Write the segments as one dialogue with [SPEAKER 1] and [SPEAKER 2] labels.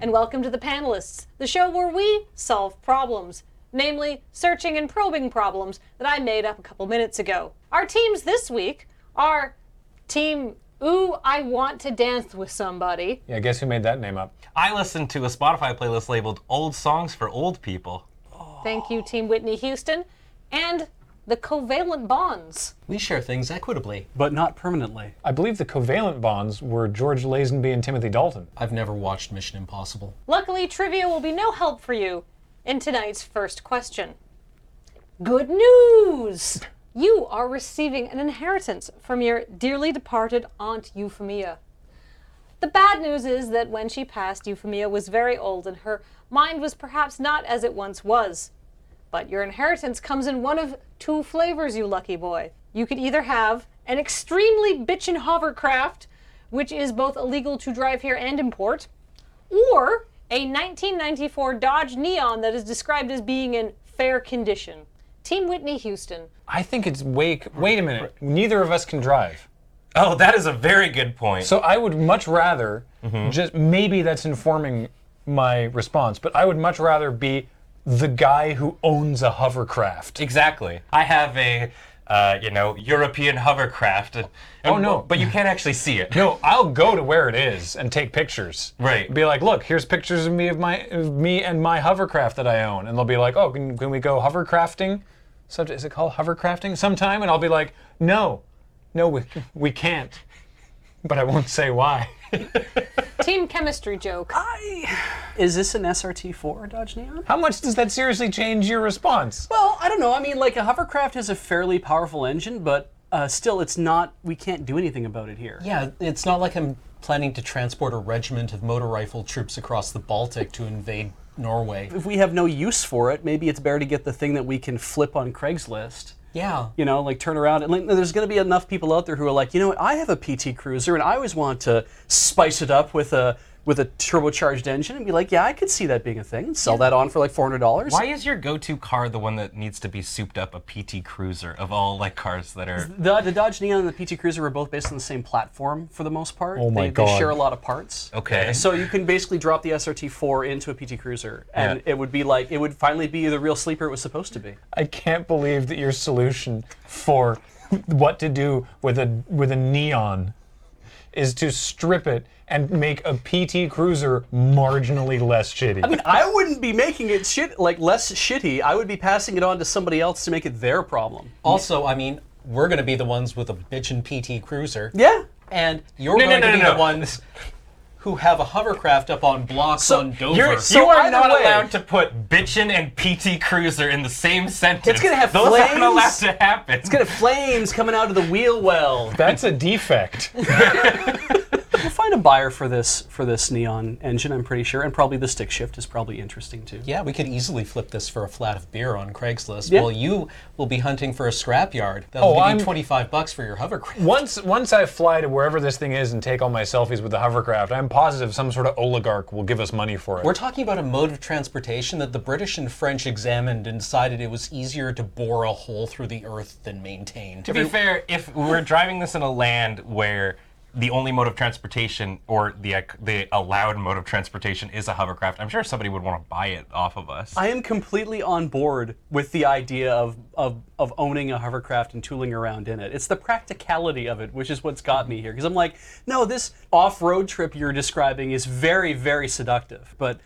[SPEAKER 1] and welcome to the panelists, the show where we solve problems, namely searching and probing problems that I made up a couple minutes ago. Our teams this week are Team Ooh, I Want to Dance with Somebody.
[SPEAKER 2] Yeah, guess who made that name up?
[SPEAKER 3] I listened to a Spotify playlist labeled Old Songs for Old People.
[SPEAKER 1] Thank you, Team Whitney Houston. And the Covalent Bonds.
[SPEAKER 4] We share things equitably.
[SPEAKER 5] but not permanently.
[SPEAKER 2] I believe the covalent bonds were George Lazenby and Timothy Dalton.
[SPEAKER 4] I've never watched Mission Impossible.
[SPEAKER 1] Luckily, trivia will be no help for you in tonight's first question. Good news! You are receiving an inheritance from your dearly departed Aunt Euphemia. The bad news is that when she passed, Euphemia was very old and her mind was perhaps not as it once was. But your inheritance comes in one of two flavors, you lucky boy. You could either have an extremely bitchin' hovercraft, which is both illegal to drive here and import, or a 1994 Dodge Neon that is described as being in fair condition. Team Whitney Houston.
[SPEAKER 2] I think it's wake. Wait a minute. Neither of us can drive.
[SPEAKER 3] Oh, that is a very good point.
[SPEAKER 2] So I would much rather just maybe that's informing my response, but I would much rather be the guy who owns a hovercraft.
[SPEAKER 3] exactly. I have a, uh, you know, European hovercraft. And,
[SPEAKER 2] Oh, no.
[SPEAKER 3] But you can't actually see it.
[SPEAKER 2] No, I'll go to where it is and take pictures.
[SPEAKER 3] Right.
[SPEAKER 2] Be like, look, here's pictures of me of my of me and my hovercraft that I own, and they'll be like, oh, can, can we go hovercrafting? So, is it called hovercrafting sometime? And I'll be like, no, no, we we can't. But I won't say why.
[SPEAKER 1] Team Chemistry Joke.
[SPEAKER 5] Ah. Is this an SRT4 Dodge Neon?
[SPEAKER 2] How much does that seriously change your response?
[SPEAKER 5] Well, I don't know. I mean, like a hovercraft has a fairly powerful engine, but uh, still, it's not. We can't do anything about it here.
[SPEAKER 4] Yeah, it's not like I'm planning to transport a regiment of motor rifle troops across the Baltic to invade Norway.
[SPEAKER 5] If we have no use for it, maybe it's better to get the thing that we can flip on Craigslist.
[SPEAKER 4] Yeah.
[SPEAKER 5] You know, like turn around and like, there's going to be enough people out there who are like, you know what? I have a PT Cruiser, and I always want to spice it up with a with a turbocharged engine, and be like, yeah, I could see that being a thing, and sell that on for like four hundred dollars.
[SPEAKER 3] Why is your go-to car the one that needs to be souped up a PT Cruiser of all like cars that are
[SPEAKER 5] The, the Dodge Neon and the PT Cruiser were both based on the same platform for the most part.
[SPEAKER 2] Oh my
[SPEAKER 5] they,
[SPEAKER 2] God.
[SPEAKER 5] They share a lot of parts.
[SPEAKER 3] Okay.
[SPEAKER 5] So you can basically drop the SRT4 into a PT Cruiser, and it would be like it would finally be the real sleeper it was supposed to be.
[SPEAKER 2] I can't believe that your solution for what to do with a with a neon is to strip it and make a PT Cruiser marginally less shitty.
[SPEAKER 5] I wouldn't be making it shit like less shitty. I would be passing it on to somebody else to make it their problem.
[SPEAKER 3] Oh.
[SPEAKER 4] Also, I mean, we're going to be the ones with a bitchin' PT Cruiser.
[SPEAKER 5] Yeah.
[SPEAKER 4] And you're
[SPEAKER 3] No, no,
[SPEAKER 4] going
[SPEAKER 3] no,
[SPEAKER 4] to be
[SPEAKER 3] no,
[SPEAKER 4] the
[SPEAKER 3] no.
[SPEAKER 4] ones who have a hovercraft up on blocks on Dover.
[SPEAKER 3] You're,
[SPEAKER 5] So
[SPEAKER 3] you are
[SPEAKER 5] either
[SPEAKER 3] not
[SPEAKER 5] way-
[SPEAKER 3] allowed to put bitchin' and PT Cruiser in the same sentence.
[SPEAKER 5] It's gonna have
[SPEAKER 3] Those
[SPEAKER 5] flames.
[SPEAKER 3] aren't allowed to happen.
[SPEAKER 5] It's got flames coming out of the wheel well.
[SPEAKER 2] That's a defect.
[SPEAKER 5] We'll find a buyer for this for this neon engine, I'm pretty sure, and probably the stick shift is probably interesting too.
[SPEAKER 4] yeah, we could easily flip this for a flat of beer on Craigslist.
[SPEAKER 5] Yeah.
[SPEAKER 4] While you will be hunting for a scrapyard. That'll
[SPEAKER 2] Oh,
[SPEAKER 4] give
[SPEAKER 2] I'm-
[SPEAKER 4] you 25 bucks for your hovercraft.
[SPEAKER 2] once once I fly to wherever this thing is and take all my selfies with the hovercraft, I'm positive some sort of oligarch will give us money for it.
[SPEAKER 4] We're talking about a mode of transportation that the British and French examined and decided it was easier to bore a hole through the earth than maintain.
[SPEAKER 3] To be fair, if we were driving this in a land where the only mode of transportation or the uh, the allowed mode of transportation is a hovercraft, I'm sure somebody would want to buy it off of us.
[SPEAKER 5] I am completely on board with the idea of, of, of owning a hovercraft and tooling around in it. It's the practicality of it, which is what's got me here. Because I'm like, no, this off road trip you're describing is very, very seductive. But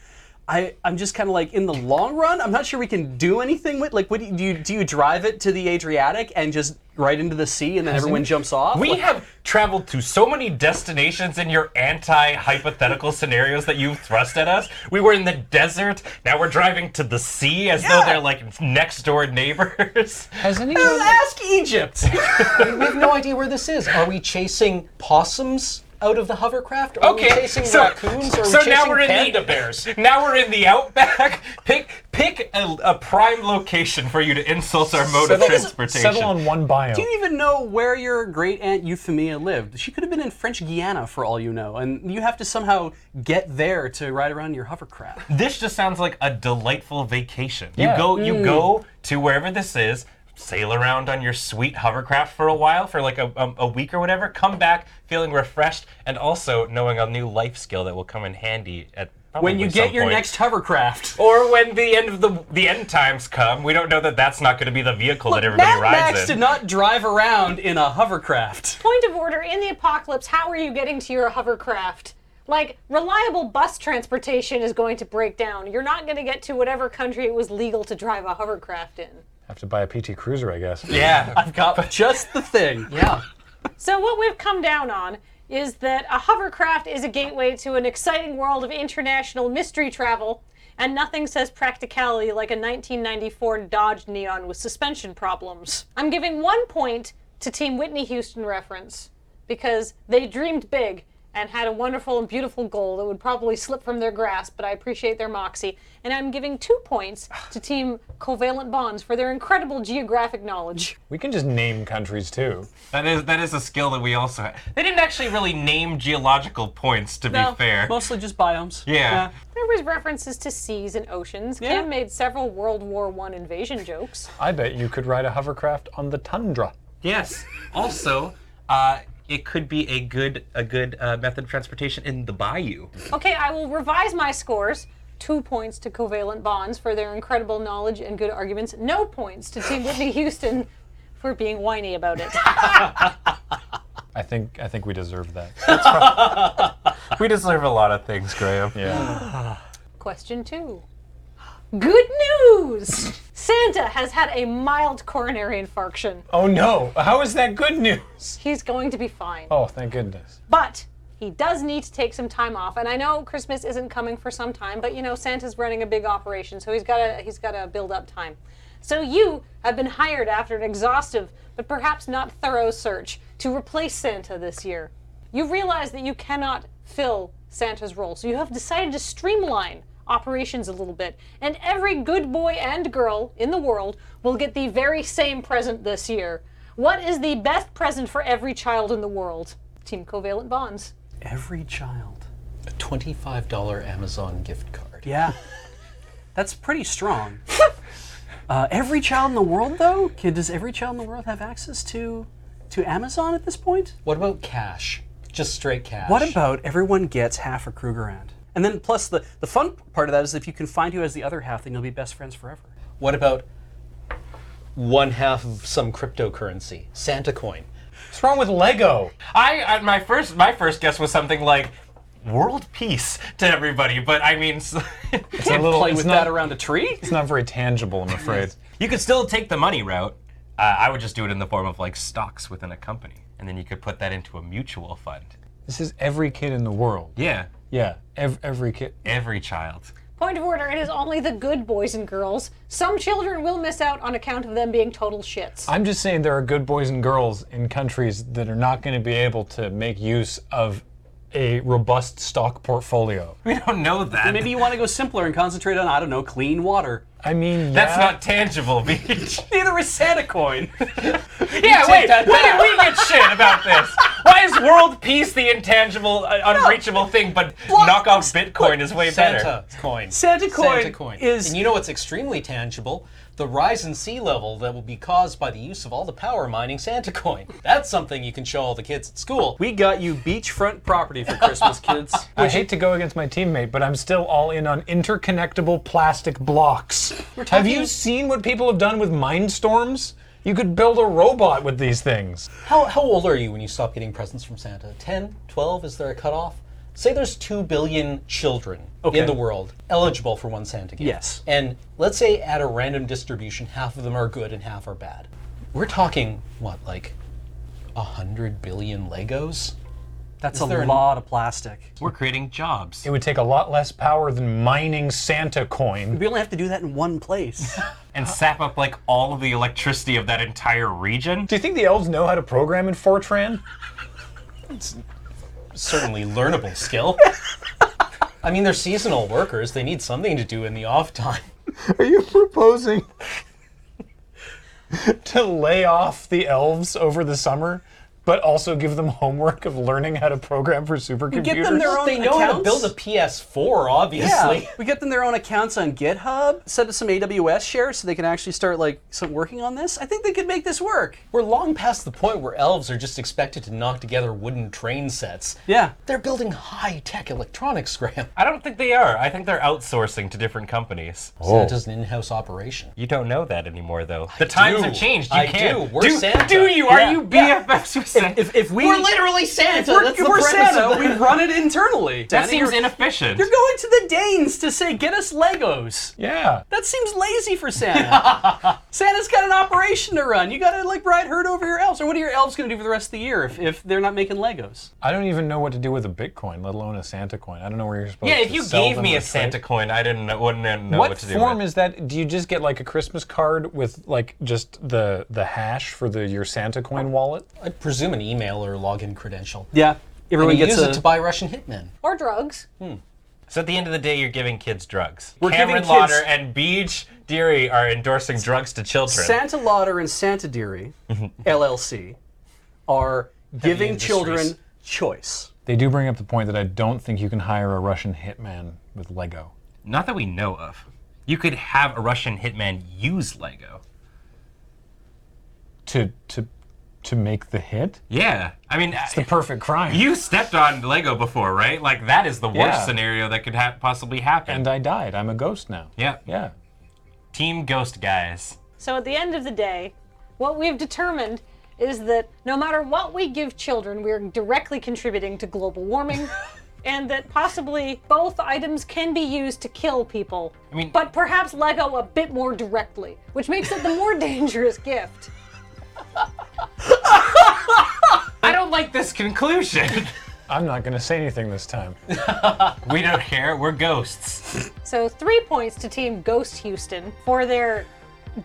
[SPEAKER 5] I, I'm just kind of like, in the long run, I'm not sure we can do anything with Like, what do you, do you, do you drive it to the Adriatic and just right into the sea and then everyone jumps off?
[SPEAKER 3] we
[SPEAKER 5] Like,
[SPEAKER 3] have traveled to so many destinations in your anti-hypothetical scenarios that you've thrust at us. We were in the desert. Now we're driving to the sea as though they're like next door neighbors.
[SPEAKER 2] Has anyone?
[SPEAKER 5] Ask Egypt!
[SPEAKER 4] we have no idea where this is. Are we chasing possums out of the hovercraft? Are we
[SPEAKER 3] Okay,
[SPEAKER 4] chasing
[SPEAKER 3] so-
[SPEAKER 4] raccoons? Are
[SPEAKER 3] so
[SPEAKER 4] we
[SPEAKER 3] now
[SPEAKER 4] chasing
[SPEAKER 3] we're in the-
[SPEAKER 4] panda bears?
[SPEAKER 3] now we're in the outback. Pick pick a, a prime location for you to insult our mode of transportation.
[SPEAKER 2] Settle on one biome.
[SPEAKER 5] Do you even know where your great aunt Euphemia lived? She could have been in French Guiana for all you know, and you have to somehow get there to ride around in your hovercraft.
[SPEAKER 3] this just sounds like a delightful vacation.
[SPEAKER 2] Yeah.
[SPEAKER 3] You go you go to wherever this is, sail around on your sweet hovercraft for a while, for like a, a, a week or whatever, come back feeling refreshed, and also knowing a new life skill that will come in handy at
[SPEAKER 5] When you
[SPEAKER 3] probably
[SPEAKER 5] get
[SPEAKER 3] some
[SPEAKER 5] your
[SPEAKER 3] point.
[SPEAKER 5] next hovercraft.
[SPEAKER 3] Or when the end of the the end times come, we don't know that that's not going to be the vehicle that everybody
[SPEAKER 5] Mad
[SPEAKER 3] rides
[SPEAKER 5] Max
[SPEAKER 3] in.
[SPEAKER 5] did not drive around in a hovercraft.
[SPEAKER 1] Point of order in the apocalypse, how are you getting to your hovercraft? Like, reliable bus transportation is going to break down. You're not going to get to whatever country it was legal to drive a hovercraft in.
[SPEAKER 2] Have to buy a PT Cruiser, I guess.
[SPEAKER 3] yeah,
[SPEAKER 5] I've got just the thing.
[SPEAKER 4] Yeah.
[SPEAKER 1] So, what we've come down on is that a hovercraft is a gateway to an exciting world of international mystery travel, and nothing says practicality like a 1994 Dodge Neon with suspension problems. I'm giving one point to Team Whitney Houston reference because they dreamed big and had a wonderful and beautiful goal that would probably slip from their grasp, but I appreciate their moxie. And I'm giving two points to Team Covalent Bonds for their incredible geographic knowledge.
[SPEAKER 2] We can just name countries too.
[SPEAKER 3] that is that is a skill that we also have. They didn't actually really name geological points, to
[SPEAKER 1] No.
[SPEAKER 3] be fair.
[SPEAKER 5] Mostly just biomes.
[SPEAKER 3] Yeah.
[SPEAKER 1] There was references to seas and oceans.
[SPEAKER 5] Yeah.
[SPEAKER 1] Kim made several World War One invasion jokes.
[SPEAKER 2] I bet you could ride a hovercraft on the tundra.
[SPEAKER 3] Yes. Also, uh, it could be a good a good uh, method of transportation in the bayou.
[SPEAKER 1] Okay, I will revise my scores. Two points to covalent bonds for their incredible knowledge and good arguments. No points to Team Whitney Houston for being whiny about it.
[SPEAKER 2] I think I think we deserve that.
[SPEAKER 3] We deserve a lot of things, Graham.
[SPEAKER 2] Yeah.
[SPEAKER 1] Question two. Good news! Santa has had a mild coronary infarction.
[SPEAKER 2] oh no! How is that good news?
[SPEAKER 1] He's going to be fine.
[SPEAKER 2] Oh, thank goodness.
[SPEAKER 1] But he does need to take some time off, and I know Christmas isn't coming for some time, but you know Santa's running a big operation, so he's got to he's got to build up time. So you have been hired after an exhaustive but perhaps not thorough search to replace Santa this year. You realize that you cannot fill Santa's role, so you have decided to streamline operations a little bit, and every good boy and girl in the world will get the very same present this year. What is the best present for every child in the world? Team Covalent Bonds.
[SPEAKER 5] Every child.
[SPEAKER 4] A $25 Amazon gift card.
[SPEAKER 5] Yeah. That's pretty strong. uh, every child in the world, though, can, does every child in the world have access to to Amazon at this point?
[SPEAKER 4] What about cash? Just straight cash.
[SPEAKER 5] What about everyone gets half a Krugerrand? And then plus the, the fun part of that is if you can find who has the other half, then you'll be best friends forever.
[SPEAKER 4] What about one half of some cryptocurrency? Santa coin.
[SPEAKER 2] What's wrong with Lego?
[SPEAKER 3] I uh, my first my first guess was something like world peace to everybody, but I mean, s-
[SPEAKER 2] It's a little.
[SPEAKER 5] Play
[SPEAKER 2] it's
[SPEAKER 5] with
[SPEAKER 2] not,
[SPEAKER 5] that around a tree?
[SPEAKER 2] It's not very tangible, I'm afraid.
[SPEAKER 3] you could still take the money route. Uh, I would just do it in the form of like stocks within a company, and then you could put that into a mutual fund.
[SPEAKER 2] this is every kid in the world.
[SPEAKER 3] Yeah,
[SPEAKER 2] Yeah. Ev- every kid.
[SPEAKER 3] every child.
[SPEAKER 1] Point of order, it is only the good boys and girls. Some children will miss out on account of them being total shits.
[SPEAKER 2] I'm just saying there are good boys and girls in countries that are not going to be able to make use of a robust stock portfolio.
[SPEAKER 3] We don't know that.
[SPEAKER 5] Maybe you want to go simpler and concentrate on, I don't know, clean water.
[SPEAKER 2] I mean,
[SPEAKER 3] that's
[SPEAKER 2] yeah,
[SPEAKER 3] not tangible, Beach.
[SPEAKER 5] Neither is Santa coin.
[SPEAKER 3] yeah, wait.
[SPEAKER 5] that
[SPEAKER 3] Why
[SPEAKER 5] back.
[SPEAKER 3] did we get shit about this? Why is world peace the intangible, uh, unreachable thing, but knock off Bitcoin is way better?
[SPEAKER 4] Santa coin.
[SPEAKER 5] Santa coin
[SPEAKER 4] Santa coin.
[SPEAKER 5] is-
[SPEAKER 4] And you know what's extremely tangible? The rise in sea level that will be caused by the use of all the power mining Santa coin. That's something you can show all the kids at school.
[SPEAKER 5] We got you beachfront property for Christmas, kids.
[SPEAKER 2] I hate to go against my teammate, but I'm still all in on interconnectable plastic blocks. Have you seen what people have done with mind storms? You could build a robot with these things.
[SPEAKER 4] How, how old are you when you stop getting presents from Santa? 10? 12? Is there a cutoff? Say there's 2 billion children in the world eligible for one Santa gift.
[SPEAKER 5] Yes.
[SPEAKER 4] And let's say at a random distribution, half of them are good and half are bad. We're talking, what, like 100 billion Legos?
[SPEAKER 5] That's
[SPEAKER 4] there
[SPEAKER 5] a
[SPEAKER 4] an-
[SPEAKER 5] lot of plastic.
[SPEAKER 3] We're creating jobs.
[SPEAKER 2] It would take a lot less power than mining Santa coin.
[SPEAKER 5] We only have to do that in one place.
[SPEAKER 3] and sap up like all of the electricity of that entire region.
[SPEAKER 2] Do you think the elves know how to program in Fortran?
[SPEAKER 4] Certainly learnable skill. I mean, they're seasonal workers. They need something to do in the off time.
[SPEAKER 2] Are you proposing to lay off the elves over the summer but also give them homework of learning how to program for supercomputers.
[SPEAKER 5] Get them their own
[SPEAKER 4] They know how to
[SPEAKER 5] accounts.
[SPEAKER 4] build a PS4, obviously.
[SPEAKER 5] Yeah, we get them their own accounts on GitHub, set up some AWS shares so they can actually start like some working on this. I think they could make this work.
[SPEAKER 4] We're long past the point where elves are just expected to knock together wooden train sets.
[SPEAKER 5] Yeah.
[SPEAKER 4] They're building high-tech electronics, Graham.
[SPEAKER 3] I don't think they are. I think they're outsourcing to different companies.
[SPEAKER 4] Santa's an in-house operation.
[SPEAKER 3] You don't know that anymore, though. The times
[SPEAKER 4] do.
[SPEAKER 3] have changed. You
[SPEAKER 4] I
[SPEAKER 3] can't.
[SPEAKER 4] do. We're Santa.
[SPEAKER 3] Do you? Are
[SPEAKER 5] Yeah.
[SPEAKER 3] you BFFs with Santa?
[SPEAKER 5] If, if we
[SPEAKER 4] We're literally Santa.
[SPEAKER 5] if we're,
[SPEAKER 4] That's
[SPEAKER 5] if
[SPEAKER 4] the
[SPEAKER 5] we're
[SPEAKER 4] premise
[SPEAKER 5] Santa,
[SPEAKER 4] of
[SPEAKER 5] we
[SPEAKER 4] the-
[SPEAKER 5] run it internally.
[SPEAKER 3] that
[SPEAKER 5] Danny.
[SPEAKER 3] seems
[SPEAKER 5] You're-
[SPEAKER 3] inefficient.
[SPEAKER 5] You're going to the Danes to say, get us Legos.
[SPEAKER 2] yeah.
[SPEAKER 5] That seems lazy for Santa. Santa's got an operation to run. You gotta like ride herd over your elves. Or what are your elves gonna do for the rest of the year if, if they're not making Legos?
[SPEAKER 2] I don't even know what to do with a Bitcoin, let alone a Santa coin. I don't know where you're supposed
[SPEAKER 3] yeah,
[SPEAKER 2] to
[SPEAKER 3] if you
[SPEAKER 2] sell
[SPEAKER 3] gave
[SPEAKER 2] them
[SPEAKER 3] me
[SPEAKER 2] or
[SPEAKER 3] a
[SPEAKER 2] trade.
[SPEAKER 3] Santa coin, I didn't know, wouldn't know
[SPEAKER 2] What,
[SPEAKER 3] what, to do
[SPEAKER 2] form
[SPEAKER 3] with.
[SPEAKER 2] is that? Do you just get like a Christmas card with like just the the hash for the your Santa coin wallet?
[SPEAKER 4] I presume an email or login credential.
[SPEAKER 5] Yeah. Everyone
[SPEAKER 4] And you
[SPEAKER 5] gets
[SPEAKER 4] use
[SPEAKER 5] a,
[SPEAKER 4] it to buy Russian hitmen.
[SPEAKER 1] Or drugs.
[SPEAKER 3] so at the end of the day, you're giving kids drugs.
[SPEAKER 5] We're
[SPEAKER 3] Cameron
[SPEAKER 5] giving kids-
[SPEAKER 3] Lauder and Beach Deary are endorsing drugs to children.
[SPEAKER 5] Santa Lauder and Santa Deary LLC are giving
[SPEAKER 4] Mm-hmm. industries.
[SPEAKER 5] children choice.
[SPEAKER 2] They do bring up the point that I don't think you can hire a Russian hitman with Lego.
[SPEAKER 3] Not that we know of. You could have a Russian hitman use Lego.
[SPEAKER 2] to to to make the hit.
[SPEAKER 3] Yeah, I mean,
[SPEAKER 2] It's the perfect crime.
[SPEAKER 3] you stepped on Lego before, right? Like that is the worst
[SPEAKER 2] Yeah.
[SPEAKER 3] scenario that could ha- possibly happen.
[SPEAKER 2] and I died. I'm a ghost now.
[SPEAKER 3] yeah.
[SPEAKER 2] Yeah.
[SPEAKER 3] Team Ghost guys.
[SPEAKER 1] So at the end of the day, what we've determined is that no matter what we give children, we're directly contributing to global warming. And that possibly both items can be used to kill people. I
[SPEAKER 3] mean-
[SPEAKER 1] but perhaps Lego a bit more directly, which makes it the more dangerous gift.
[SPEAKER 3] I don't like this conclusion.
[SPEAKER 2] I'm not gonna say anything this time.
[SPEAKER 3] we don't care. We're ghosts.
[SPEAKER 1] So three points to Team Ghost Houston for their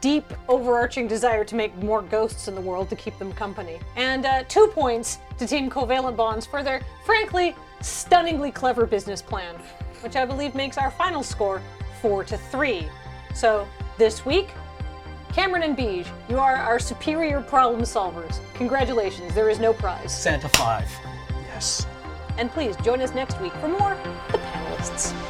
[SPEAKER 1] deep, overarching desire to make more ghosts in the world to keep them company, and uh, two points to Team Covalent Bonds for their, frankly, stunningly clever business plan, which I believe makes our final score four to three. So this week. Cameron and Beej, you are our superior problem solvers. Congratulations, there is no prize.
[SPEAKER 4] Santa 5.
[SPEAKER 5] Yes.
[SPEAKER 1] And please join us next week for more The Panelists.